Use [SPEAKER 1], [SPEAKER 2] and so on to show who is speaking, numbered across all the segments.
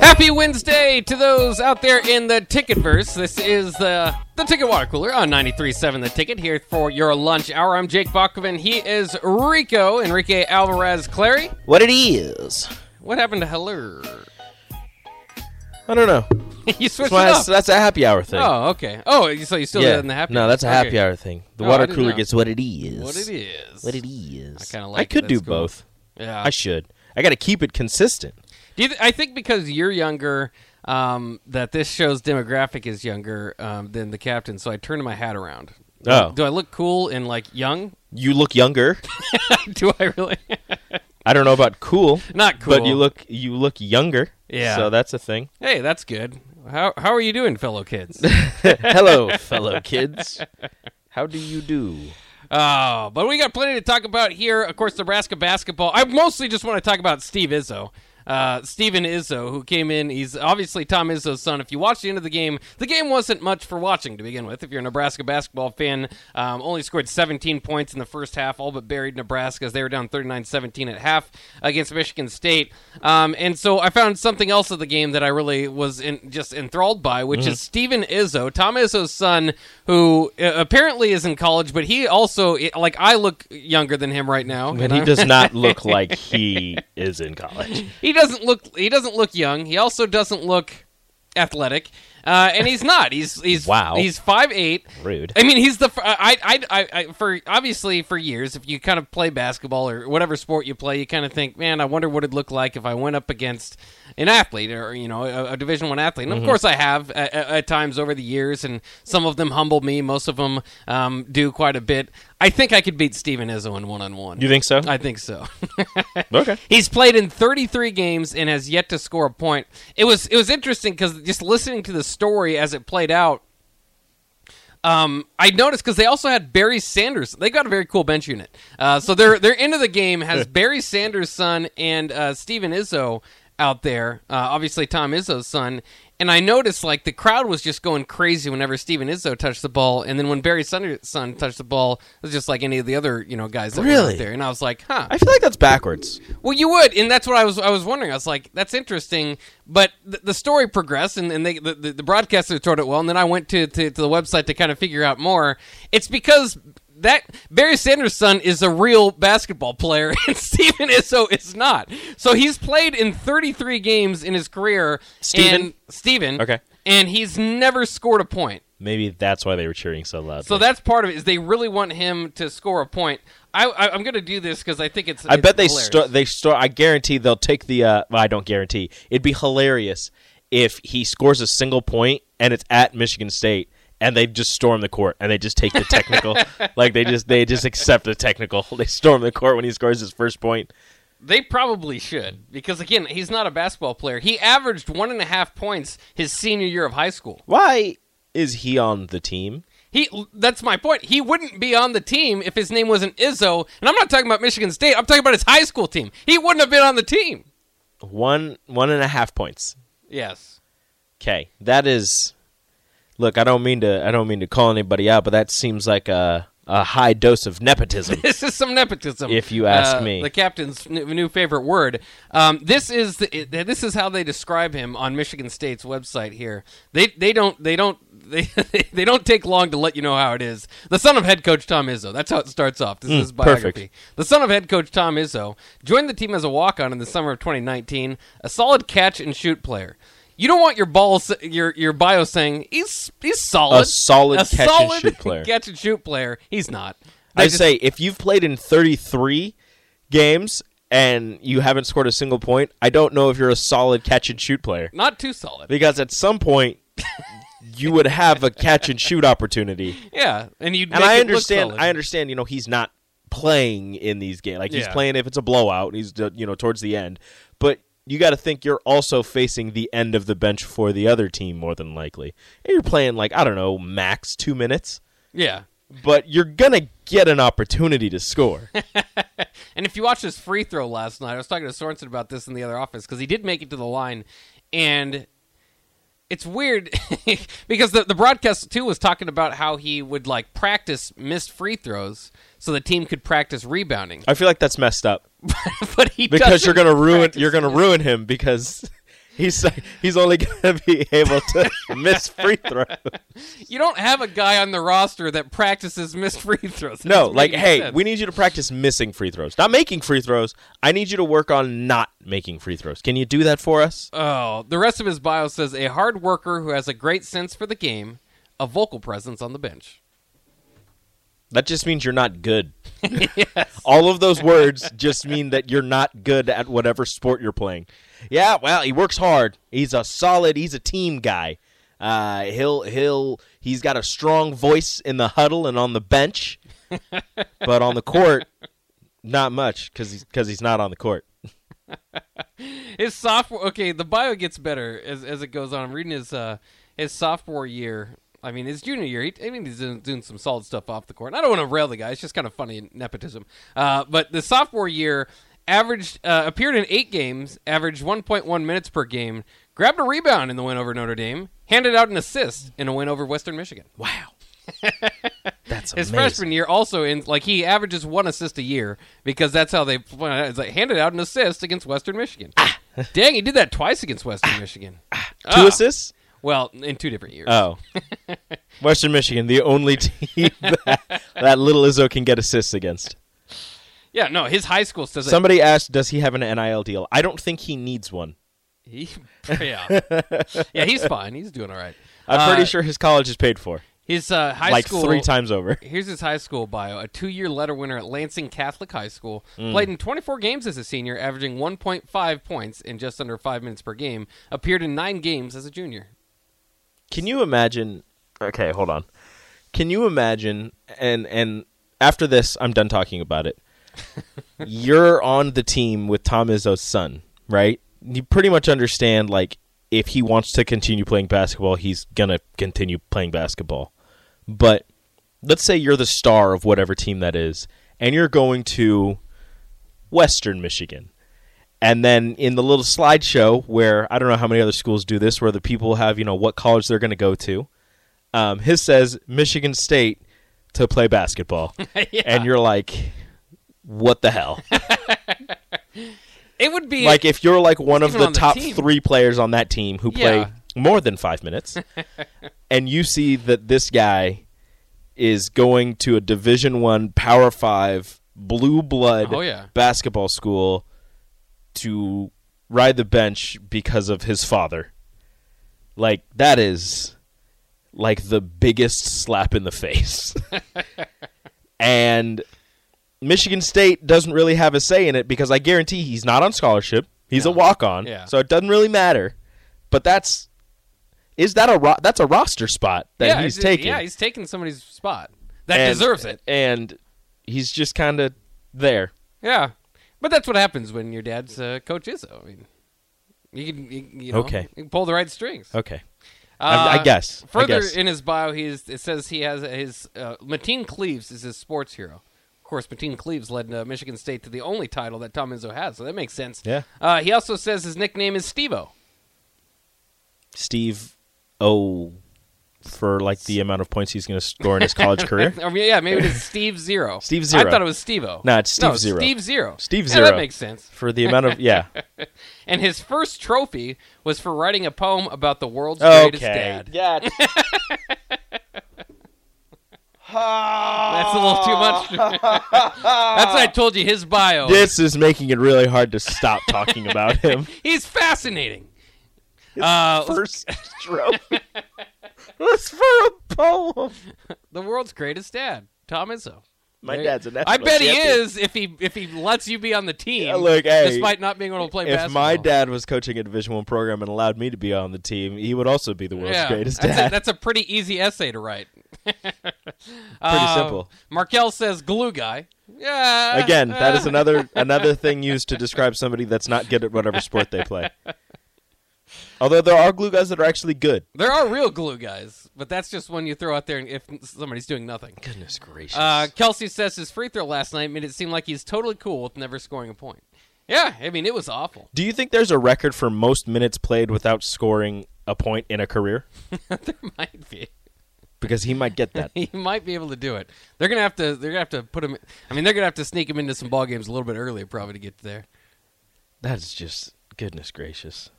[SPEAKER 1] Happy Wednesday to those out there in the Ticketverse. This is the the Ticket Water Cooler on 93.7 The Ticket here for your lunch hour. I'm Jake Bakovin. He is Rico, Enrique Alvarez Clary.
[SPEAKER 2] What it is?
[SPEAKER 1] What happened to hello?
[SPEAKER 2] I don't know.
[SPEAKER 1] you switched
[SPEAKER 2] That's,
[SPEAKER 1] it
[SPEAKER 2] why that's,
[SPEAKER 1] up.
[SPEAKER 2] that's a happy hour thing.
[SPEAKER 1] Oh, okay. Oh, you- so you still did it in the happy
[SPEAKER 2] no, that's a happy
[SPEAKER 1] Okay.
[SPEAKER 2] hour thing. The
[SPEAKER 1] Oh, I
[SPEAKER 2] water
[SPEAKER 1] didn't
[SPEAKER 2] cooler
[SPEAKER 1] know.
[SPEAKER 2] gets what it is.
[SPEAKER 1] What it is.
[SPEAKER 2] What it is.
[SPEAKER 1] kinda
[SPEAKER 2] I
[SPEAKER 1] like it.
[SPEAKER 2] could do
[SPEAKER 1] That's cool.
[SPEAKER 2] both.
[SPEAKER 1] Yeah.
[SPEAKER 2] I should. I got to keep it consistent.
[SPEAKER 1] Do you th- I think because you're younger, um, that this show's demographic is younger um, than the captain, so I turned my hat around.
[SPEAKER 2] Oh.
[SPEAKER 1] Do I look cool and like young?
[SPEAKER 2] You look younger.
[SPEAKER 1] do I really?
[SPEAKER 2] I don't know about cool.
[SPEAKER 1] Not
[SPEAKER 2] But
[SPEAKER 1] cool.
[SPEAKER 2] you look you look younger.
[SPEAKER 1] Yeah.
[SPEAKER 2] So that's a thing.
[SPEAKER 1] hey, that's good. How how are you doing, fellow kids?
[SPEAKER 2] Hello, fellow kids. How do you do?
[SPEAKER 1] Oh, but we got plenty to talk about here. Of course, Nebraska basketball. I mostly just want to talk about Steve Izzo. Uh, Steven Izzo, who came in, he's obviously Tom Izzo's son. If you watch the end of the game, the game wasn't much for watching to begin with. If you're a Nebraska basketball fan, um, only scored 17 points in the first half, all but buried Nebraska as they were down 39 17 at half against Michigan State. Um, and so I found something else of the game that I really was in, just enthralled by, which is Steven Izzo, Tom Izzo's son, who uh, apparently is in college, but he also, it- like, I look younger than him right now.
[SPEAKER 2] And he does not look like he is in college.
[SPEAKER 1] He doesn't look. He doesn't look young. He also doesn't look athletic, uh, and he's not. He's he's
[SPEAKER 2] Wow.
[SPEAKER 1] He's five eight.
[SPEAKER 2] Rude.
[SPEAKER 1] I mean, he's the. fir- I, I, I, I, for obviously for years, if you kind of play basketball or whatever sport you play, you kind of think, man, I wonder what it'd look like if I went up against an athlete or you know a, a Division one athlete.
[SPEAKER 2] Mm-hmm.
[SPEAKER 1] And of course, I have at, at- at times over the years, and some of them humble me. Most of them um, do quite a bit. I think I could beat Steven Izzo in one on one.
[SPEAKER 2] You think so?
[SPEAKER 1] I think so.
[SPEAKER 2] okay.
[SPEAKER 1] He's played in 33 games and has yet to score a point. It was it was interesting because just listening to the story as it played out, um, I noticed because they also had Barry Sanders. They got a very cool bench unit. Uh, so their their end of the game has Barry Sanders' son and uh, Steven Izzo out there. Uh, obviously Tom Izzo's son. And I noticed like the crowd was just going crazy whenever Steven Izzo touched the ball, and then when Barry Sanders' son touched the ball, it was just like any of the other you know guys that were out
[SPEAKER 2] Really?
[SPEAKER 1] there. And I was like, huh.
[SPEAKER 2] I feel like that's backwards.
[SPEAKER 1] Well, you would, and that's what I was. I was wondering. I was like, "That's interesting," but th- the story progressed, and, and they the, the, the broadcaster told it well. And then I went to, to to the website to kind of figure out more. It's because that Barry Sanders' son is a real basketball player, and Steven Izzo is not. So he's played in 33 games in his career.
[SPEAKER 2] Steven?
[SPEAKER 1] and- Steven.
[SPEAKER 2] Okay.
[SPEAKER 1] and he's never scored a point.
[SPEAKER 2] Maybe that's why they were cheering so loud.
[SPEAKER 1] So that's part of it. Is they really want him to score a point. I, I, I'm going to do this because I think it's.
[SPEAKER 2] I
[SPEAKER 1] it's
[SPEAKER 2] bet they
[SPEAKER 1] hilarious.
[SPEAKER 2] sto- they sto- I guarantee they'll take the. Uh, well, I don't guarantee. It'd be hilarious if he scores a single point and it's at Michigan State and they just storm the court and they just take the technical. like they just they just accept the technical. They storm the court when he scores his first point.
[SPEAKER 1] They probably should because again, he's not a basketball player. He averaged one and a half points his senior year of high school.
[SPEAKER 2] Why is he on the team?
[SPEAKER 1] He that's my point. He wouldn't be on the team if his name wasn't Izzo. And I'm not talking about Michigan State. I'm talking about his high school team. He wouldn't have been on the team.
[SPEAKER 2] One one and a half points.
[SPEAKER 1] Yes.
[SPEAKER 2] Okay, that is. Look, I don't mean to. I don't mean to call anybody out, but that seems like a a high dose of nepotism.
[SPEAKER 1] This is some nepotism,
[SPEAKER 2] If you ask
[SPEAKER 1] Uh,
[SPEAKER 2] me.
[SPEAKER 1] The captain's n- new favorite word. Um, this is the, it- this is how they describe him on Michigan State's website. Here, they they don't they don't. They, they don't take long to let you know how it is. The son of head coach Tom Izzo. That's how it starts off. This is his biography.
[SPEAKER 2] Hmm, perfect.
[SPEAKER 1] The son of head coach Tom Izzo joined the team as a walk on in the summer of 2019, a solid catch and shoot player. You don't want your balls, your your bio saying he's he's solid,
[SPEAKER 2] A solid
[SPEAKER 1] A
[SPEAKER 2] catch and
[SPEAKER 1] solid
[SPEAKER 2] shoot player.
[SPEAKER 1] catch and shoot player. He's not. They
[SPEAKER 2] I
[SPEAKER 1] just-
[SPEAKER 2] say if you've played in 33 games and you haven't scored a single point, I don't know if you're a solid catch and shoot player
[SPEAKER 1] not too solid.
[SPEAKER 2] because at some point you would have a catch and shoot opportunity.
[SPEAKER 1] Yeah, and you
[SPEAKER 2] And I understand. I understand. You know, he's not playing in these games. Like he's
[SPEAKER 1] Yeah.
[SPEAKER 2] playing if it's a blowout. and He's uh, you know towards the end, but you got to think you're also facing the end of the bench for the other team more than likely. And you're playing like I don't know, max two minutes,
[SPEAKER 1] Yeah,
[SPEAKER 2] but you're gonna get an opportunity to score.
[SPEAKER 1] And if you watch his free throw last night, I was talking to Sorensen about this in the other office because he did make it to the line, and it's weird because the, the broadcast too was talking about how he would like practice missed free throws so the team could practice rebounding,
[SPEAKER 2] I feel like that's messed up
[SPEAKER 1] but he
[SPEAKER 2] because
[SPEAKER 1] doesn't
[SPEAKER 2] you're gonna ruin
[SPEAKER 1] practice
[SPEAKER 2] you're gonna ruin him because. He's, he's only going to be able to miss free throws.
[SPEAKER 1] You don't have a guy on the roster that practices missed free throws. That
[SPEAKER 2] No,
[SPEAKER 1] doesn't
[SPEAKER 2] like,
[SPEAKER 1] make
[SPEAKER 2] hey,
[SPEAKER 1] sense.
[SPEAKER 2] we need you to practice missing free throws, not making free throws. I need you to work on not making free throws. Can you do that for us?
[SPEAKER 1] Oh, the rest of his bio says a hard worker who has a great sense for the game, a vocal presence on the bench.
[SPEAKER 2] That just means you're not good. All of those words just mean that you're not good at whatever sport you're playing. Yeah, well, he works hard. He's a solid. He's a team guy. Uh, he'll he'll he's got a strong voice in the huddle and on the bench, but on the court, not much because he's because he's not on the court.
[SPEAKER 1] his sophomore okay the bio gets better as, as it goes on i'm reading his uh his sophomore year i mean his junior year he, i mean he's doing, doing some solid stuff off the court and i don't want to rail the guy it's just kind of funny and nepotism uh, but the sophomore year averaged uh, appeared in eight games averaged 1.1 minutes per game grabbed a rebound in the win over notre dame handed out an assist in a win over western michigan
[SPEAKER 2] Wow, that's
[SPEAKER 1] his
[SPEAKER 2] amazing.
[SPEAKER 1] freshman year also in like he averages one assist a year because that's how they it's like handed out an assist against Western Michigan. Dang, he did that twice against Western Michigan.
[SPEAKER 2] Ah.
[SPEAKER 1] Ah. Oh.
[SPEAKER 2] Two assists.
[SPEAKER 1] Well, in two different years.
[SPEAKER 2] Oh. Western Michigan, the only team that, that Little Izzo can get assists against.
[SPEAKER 1] yeah, no, his high school says that
[SPEAKER 2] Somebody asked, does he have an NIL deal? I don't think he needs one.
[SPEAKER 1] he, yeah. yeah, he's fine. He's doing all right.
[SPEAKER 2] I'm pretty
[SPEAKER 1] Uh,
[SPEAKER 2] sure his college is paid for,
[SPEAKER 1] His uh, high
[SPEAKER 2] like
[SPEAKER 1] school
[SPEAKER 2] three times over.
[SPEAKER 1] Here's his high school bio. A two year letter winner at Lansing Catholic High School.
[SPEAKER 2] Mm.
[SPEAKER 1] Played in 24 games as a senior, averaging 1.5 points in just under five minutes per game. Appeared in nine games as a junior.
[SPEAKER 2] Can you imagine? Okay, hold on. Can you imagine? And and after this, I'm done talking about it. You're on the team with Tom Izzo's son, right? You pretty much understand like if he wants to continue playing basketball, he's gonna continue playing basketball. But let's say you're the star of whatever team that is, and you're going to Western Michigan. And then in the little slideshow where I don't know how many other schools do this, where the people have, you know, what college they're going to go to, um, his says Michigan State to play basketball. And you're like, what the hell?
[SPEAKER 1] It would be
[SPEAKER 2] like, if you're like one of
[SPEAKER 1] even
[SPEAKER 2] the
[SPEAKER 1] on the
[SPEAKER 2] top
[SPEAKER 1] team.
[SPEAKER 2] three players on that team who
[SPEAKER 1] Yeah.
[SPEAKER 2] play more than five minutes, and you see that this guy is going to a Division One Power Five blue blood
[SPEAKER 1] Oh, yeah.
[SPEAKER 2] basketball school to ride the bench because of his father. Like that is like the biggest slap in the face. and Michigan State doesn't really have a say in it because I guarantee he's not on scholarship. He's a walk on.
[SPEAKER 1] Yeah.
[SPEAKER 2] So it doesn't really matter. But that's is that a ro- that's a roster spot that
[SPEAKER 1] yeah,
[SPEAKER 2] he's
[SPEAKER 1] it's-
[SPEAKER 2] taking.
[SPEAKER 1] Yeah, he's taking somebody's spot that
[SPEAKER 2] And-
[SPEAKER 1] deserves it.
[SPEAKER 2] And he's just kind of there.
[SPEAKER 1] Yeah, but that's what happens when your dad's uh, coach Izzo. I mean, you can you, you know,
[SPEAKER 2] Okay.
[SPEAKER 1] you can pull the right strings.
[SPEAKER 2] Okay. I- I guess. I
[SPEAKER 1] Uh, Further
[SPEAKER 2] guess.
[SPEAKER 1] in his bio, he is, it says he has his uh, Mateen Cleaves is his sports hero. Of course, Mateen Cleaves led uh, Michigan State to the only title that Tom Izzo has, so that makes sense.
[SPEAKER 2] Yeah.
[SPEAKER 1] Uh, he also says his nickname is Stevo.
[SPEAKER 2] Steve O for like the amount of points he's going to score in his college career.
[SPEAKER 1] Or yeah, maybe it's Steve Zero.
[SPEAKER 2] Steve Zero.
[SPEAKER 1] I thought it was Stevo.
[SPEAKER 2] No, it's Steve
[SPEAKER 1] no,
[SPEAKER 2] Zero.
[SPEAKER 1] Steve Zero.
[SPEAKER 2] Steve
[SPEAKER 1] Yeah,
[SPEAKER 2] Zero.
[SPEAKER 1] that makes sense.
[SPEAKER 2] For the amount of yeah.
[SPEAKER 1] And his first trophy was for writing a poem about the world's greatest
[SPEAKER 2] okay.
[SPEAKER 1] dad.
[SPEAKER 2] Yeah.
[SPEAKER 1] That's a little too much. That's what I told you. His bio.
[SPEAKER 2] This is making it really hard to stop talking about him.
[SPEAKER 1] He's fascinating. Uh,
[SPEAKER 2] First stroke. That's for a poem.
[SPEAKER 1] the world's greatest dad, Tom Izzo.
[SPEAKER 2] My dad's a national
[SPEAKER 1] I bet he
[SPEAKER 2] champion.
[SPEAKER 1] is if he if he lets you be on the team.
[SPEAKER 2] Yeah, look, hey,
[SPEAKER 1] despite not being able to play
[SPEAKER 2] If
[SPEAKER 1] basketball.
[SPEAKER 2] my dad was coaching a Division One program and allowed me to be on the team, he would also be the world's
[SPEAKER 1] yeah,
[SPEAKER 2] greatest
[SPEAKER 1] that's,
[SPEAKER 2] dad.
[SPEAKER 1] A, that's a pretty easy essay to write. Uh,
[SPEAKER 2] Pretty
[SPEAKER 1] Um,
[SPEAKER 2] simple.
[SPEAKER 1] Markel says glue guy. Yeah.
[SPEAKER 2] Again, that
[SPEAKER 1] uh,
[SPEAKER 2] is another another thing used to describe somebody that's not good at whatever sport they play. Although there are glue guys that are actually good.
[SPEAKER 1] There are real glue guys, but that's just one you throw out there if somebody's doing nothing.
[SPEAKER 2] Goodness gracious!
[SPEAKER 1] Uh, Kelsey says his free throw last night made it seem like he's totally cool with never scoring a point. Yeah, I mean it was awful.
[SPEAKER 2] Do you think there's a record for most minutes played without scoring a point in a career?
[SPEAKER 1] there might be.
[SPEAKER 2] Because he might get that.
[SPEAKER 1] He might be able to do it. They're gonna have to. They're gonna have to put him. I mean, they're gonna have to sneak him into some ball games a little bit earlier, probably to get there.
[SPEAKER 2] That's just goodness gracious.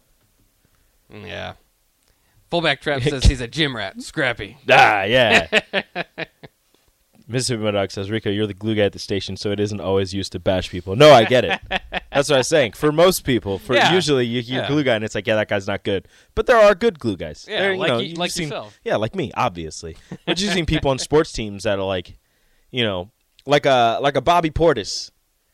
[SPEAKER 1] Mm, Yeah. Fullback trap says he's a gym rat. Scrappy.
[SPEAKER 2] Ah, yeah. Mississippi Mud Dog says, Rico, you're the glue guy at the station, so it isn't always used to bash people. No, I get it. That's what I was saying. For most people, for
[SPEAKER 1] Yeah.
[SPEAKER 2] usually you, you're
[SPEAKER 1] Yeah.
[SPEAKER 2] glue guy, and it's like, yeah, that guy's not good. But there are good glue guys.
[SPEAKER 1] Yeah,
[SPEAKER 2] There-
[SPEAKER 1] like you-
[SPEAKER 2] you've
[SPEAKER 1] like
[SPEAKER 2] seen-
[SPEAKER 1] yourself.
[SPEAKER 2] Yeah, like me, obviously. But you've seen people on sports teams that are like, you know, like a like a Bobby Portis.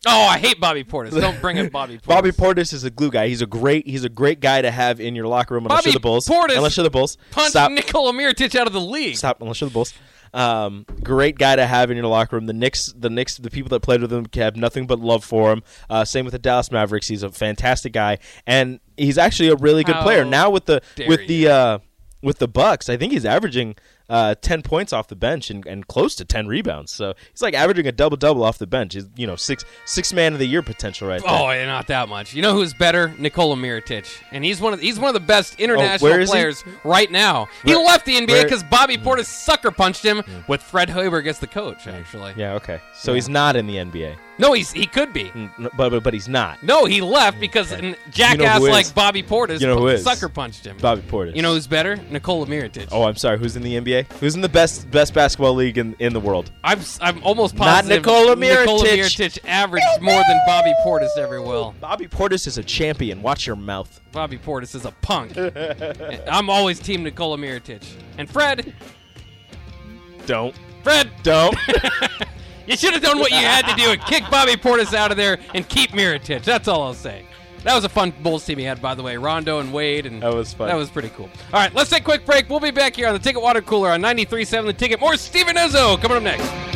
[SPEAKER 1] Oh, I hate Bobby Portis. Don't bring up Bobby Portis.
[SPEAKER 2] Bobby Portis is a glue guy. He's a great he's a great guy to have in your locker room unless
[SPEAKER 1] Bobby
[SPEAKER 2] you're the Bulls.
[SPEAKER 1] Portis
[SPEAKER 2] unless you're the Bulls.
[SPEAKER 1] punched
[SPEAKER 2] Stop.
[SPEAKER 1] Nikola Mirotic out of the league.
[SPEAKER 2] Stop unless you're the Bulls. Um, great guy to have in your locker room. The Knicks, the Knicks, the people that played with him have nothing but love for him. Uh, same with the Dallas Mavericks. He's a fantastic guy, and he's actually a really good
[SPEAKER 1] How
[SPEAKER 2] player. Now with the
[SPEAKER 1] dare
[SPEAKER 2] with the uh, with the Bucks, I think he's averaging uh, ten points off the bench and, and close to ten rebounds. So he's like averaging a double double off the bench. He's you know six six man of the year potential right
[SPEAKER 1] Oh,
[SPEAKER 2] there.
[SPEAKER 1] yeah, not that much. You know who's better? Nikola Mirotic, and he's one of he's one of the best international
[SPEAKER 2] Oh, where is he?
[SPEAKER 1] players right now. He
[SPEAKER 2] Where-
[SPEAKER 1] left the NBA
[SPEAKER 2] where- Mm.
[SPEAKER 1] because Bobby Portis sucker punched him with Fred Hoiberg as the coach. Actually,
[SPEAKER 2] Yeah, okay. So he's not in the NBA,
[SPEAKER 1] no, he's he could be.
[SPEAKER 2] N- n- but but, but he's not.
[SPEAKER 1] No, he
[SPEAKER 2] Mm.
[SPEAKER 1] left because an jackass
[SPEAKER 2] who is?
[SPEAKER 1] like Bobby Portis
[SPEAKER 2] You know who is?
[SPEAKER 1] sucker punched him.
[SPEAKER 2] Bobby Portis.
[SPEAKER 1] You know who's better? Nikola Mirotic.
[SPEAKER 2] Oh, I'm sorry. Who's in the NBA? Who's in the best best basketball league in, in the world?
[SPEAKER 1] I'm s- I'm almost
[SPEAKER 2] Not
[SPEAKER 1] positive
[SPEAKER 2] Nikola
[SPEAKER 1] Nikola
[SPEAKER 2] Mirotic.
[SPEAKER 1] Mirotic averaged more than Bobby Portis ever will.
[SPEAKER 2] Bobby Portis is a champion. Watch your mouth.
[SPEAKER 1] Bobby Portis is a punk. I'm always team Nikola Mirotic. And Fred,
[SPEAKER 2] Don't.
[SPEAKER 1] Fred,
[SPEAKER 2] Don't.
[SPEAKER 1] you should have done what you had to do and kick Bobby Portis out of there and keep Mirotic. That's all I'll say. That was a fun Bulls team he had, by the way. Rondo and Wade, and
[SPEAKER 2] That was fun.
[SPEAKER 1] That was pretty cool. All right, let's take a quick break. We'll be back here on the Ticket Water Cooler on 93.7 The Ticket. More Steven Izzo coming up next.